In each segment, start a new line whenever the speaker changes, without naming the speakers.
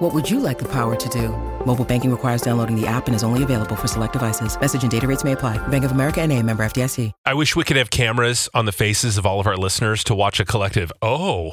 What would you like the power to do? Mobile banking requires downloading the app and is only available for select devices. Message and data rates may apply. Bank of America and a member FDIC.
I wish we could have cameras on the faces of all of our listeners to watch a collective. Oh,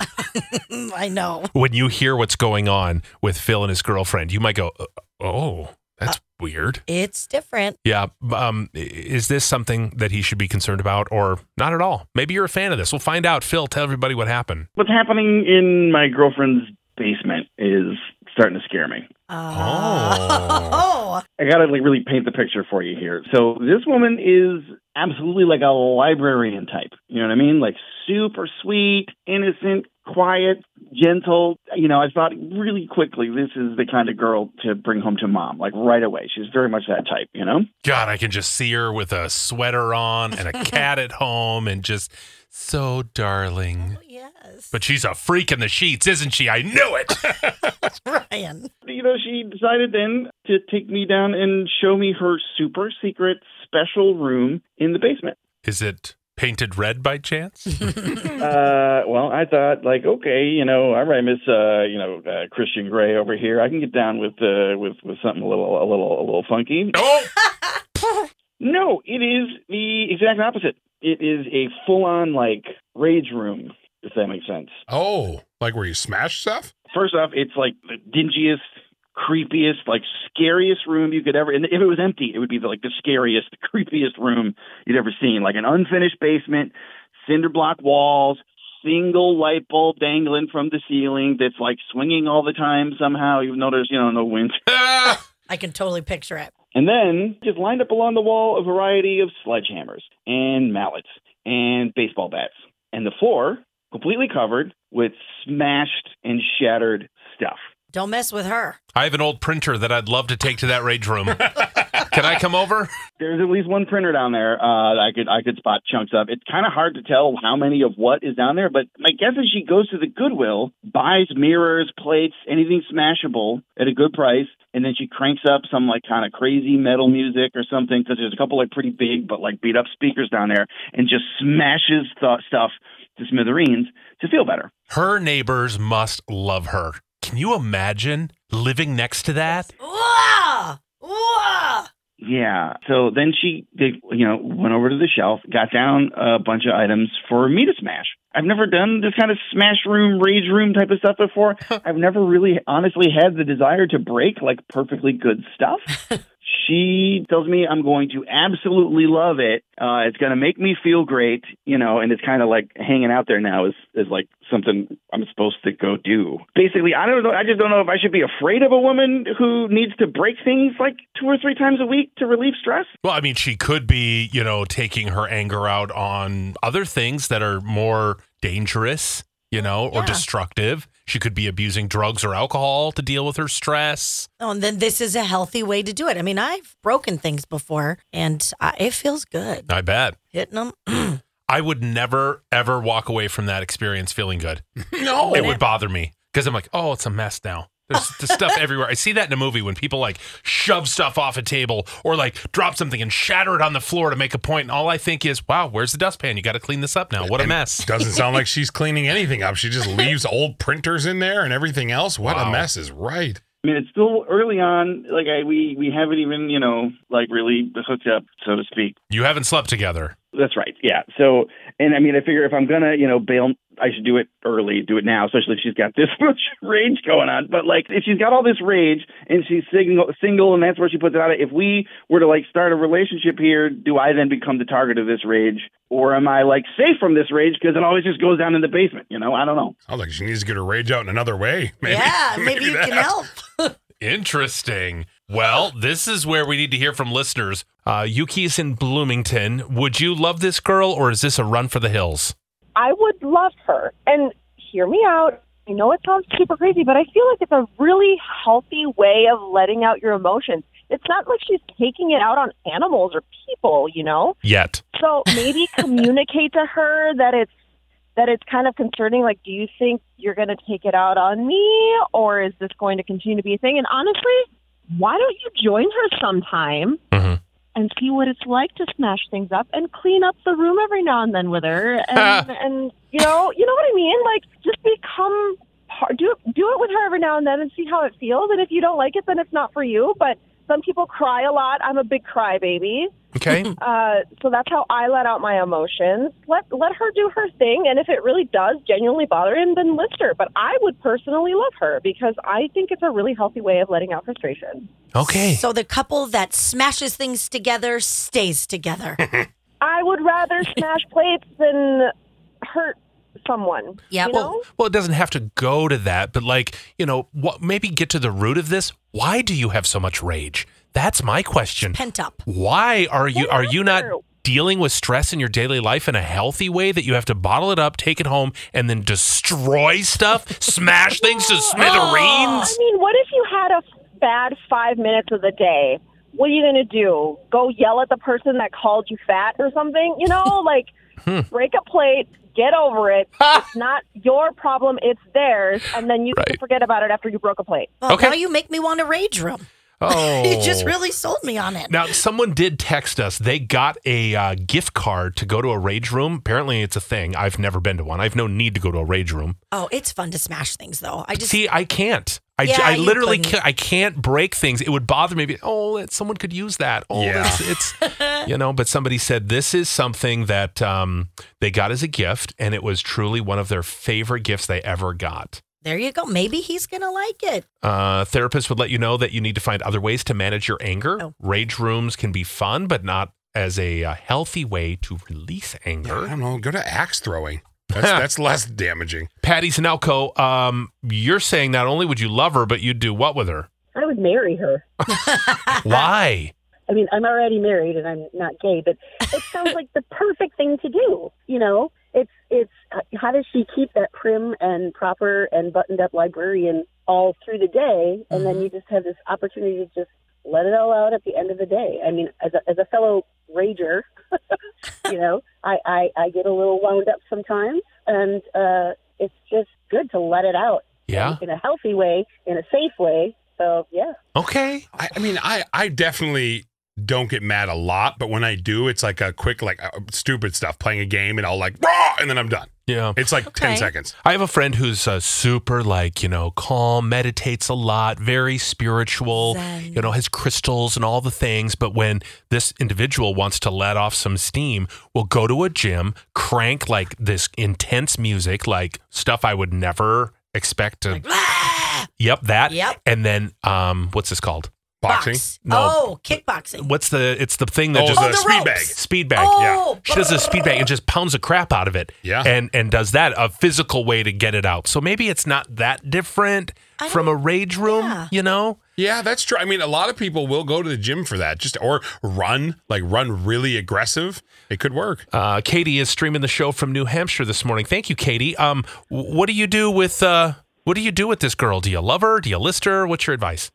Mm, I know.
when you hear what's going on with Phil and his girlfriend, you might go, "Oh, that's weird."
It's different.
Yeah. Um, is this something that he should be concerned about, or not at all? Maybe you're a fan of this. We'll find out. Phil, tell everybody what happened.
What's happening in my girlfriend's basement is starting to scare me.
Oh.
Oh.
I gotta like really paint the picture for you here. So this woman is absolutely like a librarian type. You know what I mean? Like super sweet, innocent, quiet, gentle. You know, I thought really quickly this is the kind of girl to bring home to mom, like right away. She's very much that type, you know?
God, I can just see her with a sweater on and a cat at home, and just so darling.
Oh, yes.
Mm. But she's a freak in the sheets, isn't she? I knew it.
Ryan.
you know, she decided then to take me down and show me her super secret special room in the basement.
is it painted red by chance?
Uh, well, I thought like, okay, you know, all right, Miss, uh, you know, uh, Christian Gray over here, I can get down with uh, with with something a little a little a little funky.
oh,
No, it is the exact opposite. It is a full on like rage room, if that makes sense.
Oh, like where you smash stuff?
First off, it's like the dingiest, creepiest, like scariest room you could ever. And if it was empty, it would be the, like the scariest, creepiest room you'd ever seen. Like an unfinished basement, cinder block walls, single light bulb dangling from the ceiling that's like swinging all the time somehow, even though there's you know no wind.
Ah!
I can totally picture it.
And then just lined up along the wall a variety of sledgehammers and mallets and baseball bats. And the floor completely covered with smashed and shattered stuff.
Don't mess with her.
I have an old printer that I'd love to take to that rage room. Can I come over?
There's at least one printer down there uh, that I could I could spot chunks of. It's kind of hard to tell how many of what is down there, but my guess is she goes to the Goodwill, buys mirrors, plates, anything smashable at a good price, and then she cranks up some like kind of crazy metal music or something because there's a couple like pretty big but like beat up speakers down there, and just smashes th- stuff to smithereens to feel better.
Her neighbors must love her. Can you imagine living next to that?
Wah! Wah!
Yeah. So then she, they, you know, went over to the shelf, got down a bunch of items for me to smash. I've never done this kind of smash room, rage room type of stuff before. I've never really, honestly, had the desire to break like perfectly good stuff. she tells me I'm going to absolutely love it. Uh, it's going to make me feel great, you know, and it's kind of like hanging out there now is, is like something I'm supposed to go do. Basically, I don't know. I just don't know if I should be afraid of a woman who needs to break things like two or three times a week to relieve stress.
Well, I mean, she could be, you know, taking her anger out on other things that are more dangerous, you know, or
Yeah.
destructive. She could be abusing drugs or alcohol to deal with her stress.
Oh, and then this is a healthy way to do it. I mean, I've broken things before, and I, it feels good
I bet.
hitting them.
I would never, ever walk away from that experience feeling good.
no.
it would bother me because I'm like, oh, it's a mess now. There's the stuff everywhere. I see that in a movie when people like shove stuff off a table or like drop something and shatter it on the floor to make a point. And all I think is, wow, where's the dustpan? You got to clean this up now. What a mess.
Doesn't sound like she's cleaning anything up. She just leaves old printers in there and everything else. What
Wow.
a mess is right.
I mean, it's still early on. Like I, we we haven't even you know like really hooked up, so to speak.
You haven't slept together.
That's right. Yeah. So, and I mean, I figure if I'm gonna, you know, bail, I should do it early, do it now, especially if she's got this much rage going on. But like, if she's got all this rage and she's single, single, and that's where she puts it out. If we were to like start a relationship here, do I then become the target of this rage, or am I like safe from this rage because it always just goes down in the basement? You know, I don't know.
Sounds like she needs to get her rage out in another way. Maybe.
yeah, maybe, you can
that-
help.
Interesting. Well, this is where we need to hear from listeners. Uh, Yuki is in Bloomington. Would you love this girl or is this a run for the hills?
I would love her. And hear me out. I know it sounds super crazy, but I feel like it's a really healthy way of letting out your emotions. it's not like she's taking it out on animals or people, you know?
Yet.
So maybe communicate to her that it's that it's kind of concerning. Like, do you think you're going to take it out on me, or is this going to continue to be a thing? And honestly, why don't you join her sometime
Mhm.
and see what it's like to smash things up and clean up the room every now and then with her? And, and you know, you know what I mean? Like, just become par- do do it with her every now and then and see how it feels. And if you don't like it, then it's not for you. But some people cry a lot. I'm a big crybaby.
Okay.
Uh, so that's how I let out my emotions. Let let her do her thing, and if it really does genuinely bother him, then list her. But I would personally love her because I think it's a really healthy way of letting out frustration.
Okay.
So the couple that smashes things together stays together.
I would rather smash plates than hurt someone.
Yeah.
you
Well,
know?
Well, it doesn't have to go to that, but like, you know, what maybe get to the root of this. Why do you have so much rage? That's my question.
Pent up.
Why are you are you not
Whatever.
dealing with stress in your daily life in a healthy way that you have to bottle it up, take it home, and then destroy stuff, smash things to
I
smithereens?
mean, what if you had a f- bad five minutes of the day? What are you going to do? Go yell at the person that called you fat or something? You know, like break a plate, get over it. it's not your problem, it's theirs. And then you can
Right.
forget about it after you broke a plate.
Well,
Okay.
now you make me want a rage room.
Oh,
You just really sold me on it.
Now, someone did text us. They got a uh, gift card to go to a rage room. Apparently, it's a thing. I've never been to one. I've no need to go to a rage room.
Oh, it's fun to smash things though. I just
See, I can't. I, j-
Yeah,
I
you
literally
couldn't.
can't, I can't break things. It would bother me. Be- Oh, that someone could use that. Oh,
Yeah.
that's, it's you know. But somebody said this is something that um, they got as a gift, and it was truly one of their favorite gifts they ever got.
there you go. Maybe he's gonna like it.
Uh, therapists would let you know that you need to find other ways to manage your anger.
Oh.
Rage rooms can be fun, but not as a uh, healthy way to release
I
anger.
don't know. Go to axe throwing. That's, that's less damaging.
Patty Sinelko, um, you're saying not only would you love her, but you'd do what with her?
I would marry her.
Why?
I mean, I'm already married and I'm not gay, but it sounds like the perfect thing to do. You know, it's it's uh, how does she keep that prim and proper and buttoned up librarian all through the day, and then you just have this opportunity to just let it all out at the end of the day. I mean, as a, as a fellow rager, you know, I, I I get a little wound up sometimes, and uh, it's just good to let it out
Yeah.
in a healthy way, in a safe way. So yeah.
Okay.
I, I mean, I, I definitely don't get mad a lot, but when I do, it's like a quick, like uh, stupid stuff, playing a game, and I'll like, raw, and then I'm done.
Yeah.
It's like 10
Okay.
seconds.
I have a friend who's uh, super, like, you know, calm, meditates a lot, very spiritual,
Zen.
you know, has crystals and all the things. But when this individual wants to let off some steam, will go to a gym, crank like this intense music, like stuff I would never expect to.
Ah!
yep, that.
Yep.
And then, um, what's this called?
Boxing.
Box.
No.
Oh, kickboxing.
What's the, it's the thing that
Oh,
just.
the
the
speed bag.
ropes.
Speed bag,
Oh,
yeah. She does a speed bag and just pounds the crap out of it.
Yeah.
And and does that a physical way to get it out. So maybe it's not that different
I
from a rage room,
yeah.
you know?
Yeah, that's true. I mean, a lot of people will go to the gym for that, just or run, like run really aggressive. It could work.
Uh, Katie is streaming the show from New Hampshire this morning. Thank you, Katie. Um w- what do you do with uh what do you do with this girl? Do you love her? Do you list her? What's your advice?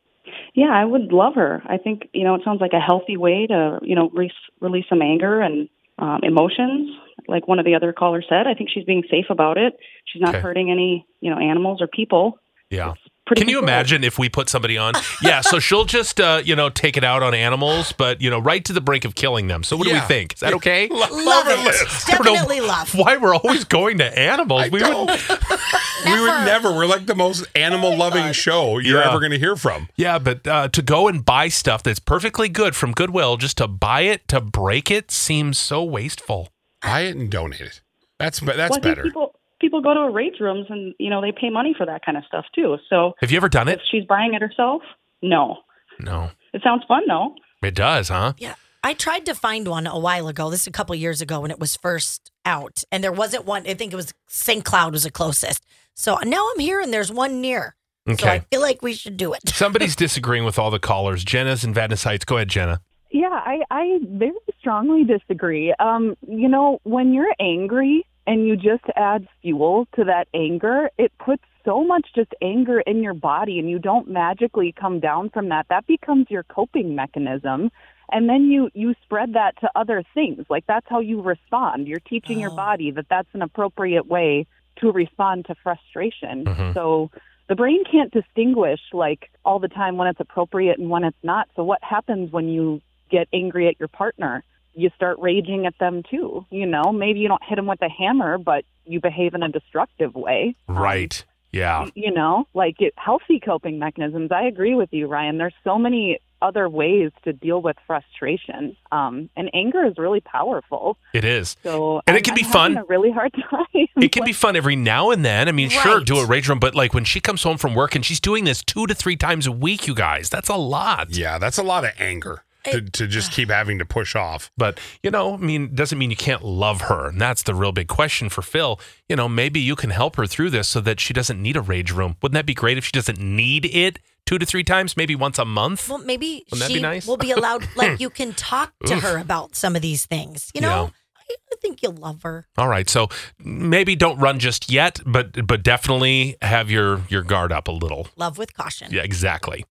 Yeah, I would love her. I think you know it sounds like a healthy way to you know re- release some anger and um, emotions. Like one of the other callers said, I think she's being safe about it. She's not
Okay.
hurting any you know animals or people.
Yeah.
Pretty
Can you
controlled.
imagine if we put somebody on? Yeah, so she'll just uh, you know, take it out on animals, but you know, right to the brink of killing them. So what do we
Yeah.
think? Is that okay?
Love
Love
it.
it, Liz.
I don't know
Definitely love.
Why we're always going to animals.
I
we
don't.
would
we would never. We're like the most animal loving show you're
Yeah.
ever going to hear from.
Yeah, but uh, to go and buy stuff that's perfectly good from Goodwill, just to buy it to break it seems so wasteful.
Buy it and donate it. That's be-
Well,
that's
I think
better.
People people go to rage rooms and you know they pay money for that kind of stuff too. So
Have you ever done
if
it?
she's buying it herself, no.
No.
It sounds fun though.
It does, huh?
Yeah. I tried to find one a while ago. This is a couple years ago when it was first out. And there wasn't one. I think it was St. Cloud was the closest. So uh, now I'm here and there's one near. So I
Okay.
feel like we should do it.
Somebody's disagreeing with all the callers. Jenna's in Vadnais Heights. Go ahead, Jenna.
Yeah, I, I very strongly disagree. Um, you know, when you're angry and you just add fuel to that anger, it puts so much just anger in your body and you don't magically come down from that, that becomes your coping mechanism. And then you, you spread that to other things. Like that's how you respond. You're teaching your
Oh.
body that that's an appropriate way to respond to frustration.
Mhm.
So the brain can't distinguish like all the time when it's appropriate and when it's not. So what happens when you get angry at your partner? You start raging at them too. You know, maybe you don't hit them with a hammer, but you behave in a destructive way. Um,
Right. Yeah.
y- you know, like it, healthy coping mechanisms. I agree with you, Ryan. There's so many other ways to deal with frustration, um, and anger is really powerful.
It is.
So
And it
I'm-
can be
I'm having
fun.
A really hard time.
It can be fun every now and then. I mean, sure,
Right.
do a rage room, but like when she comes home from work and she's doing this two to three times a week, you guys, that's a lot.
Yeah, that's a lot of anger to, to just keep having to push off.
But you know, I mean, doesn't mean you can't love her, and that's the real big question for Phil. You know, maybe you can help her through this so that she doesn't need a rage room. Wouldn't that be great if she doesn't need it two to three times, maybe once a month?
Well, maybe
Wouldn't that
she
be nice?
will be allowed. Like you can talk to
Oof.
her about some of these things. You know, I, I think you'll love her.
All right, so maybe don't run just yet, but but definitely have your your guard up a little.
Love with caution.
Yeah, exactly.